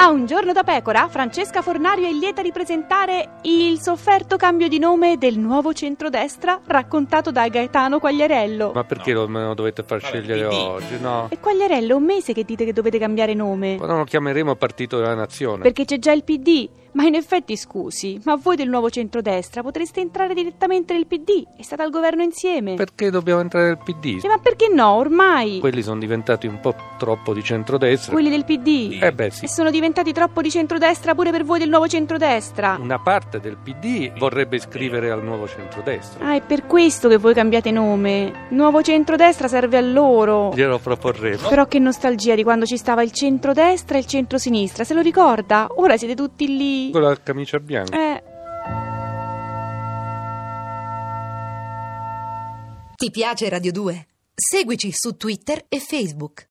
A un giorno da pecora, Francesca Fornario è lieta di presentare il sofferto cambio di nome del nuovo centrodestra raccontato da Gaetano Quagliarello. Ma perché lo, me lo dovete far scegliere oggi? No. E Quagliarello è un mese che dite che dovete cambiare nome, Quando lo chiameremo Partito della Nazione. perché c'è già il PD. Ma in effetti, scusi, ma voi del nuovo centrodestra potreste entrare direttamente nel PD e state al governo insieme. Perché dobbiamo entrare nel PD? Cioè, ma perché no, ormai? Quelli sono diventati un po' troppo di centrodestra. Quelli del PD. Eh beh sì. E sono diventati troppo di centrodestra pure per voi del nuovo centrodestra. Una parte del PD vorrebbe iscrivere al nuovo centrodestra. Ah, è per questo che voi cambiate nome. Nuovo centrodestra serve a loro. Glielo proporremo. Però che nostalgia di quando ci stava il centrodestra e il centrosinistra, se lo ricorda? Ora siete tutti lì. Con la camicia bianca. Eh, Ti piace Radio 2? Seguici su Twitter e Facebook.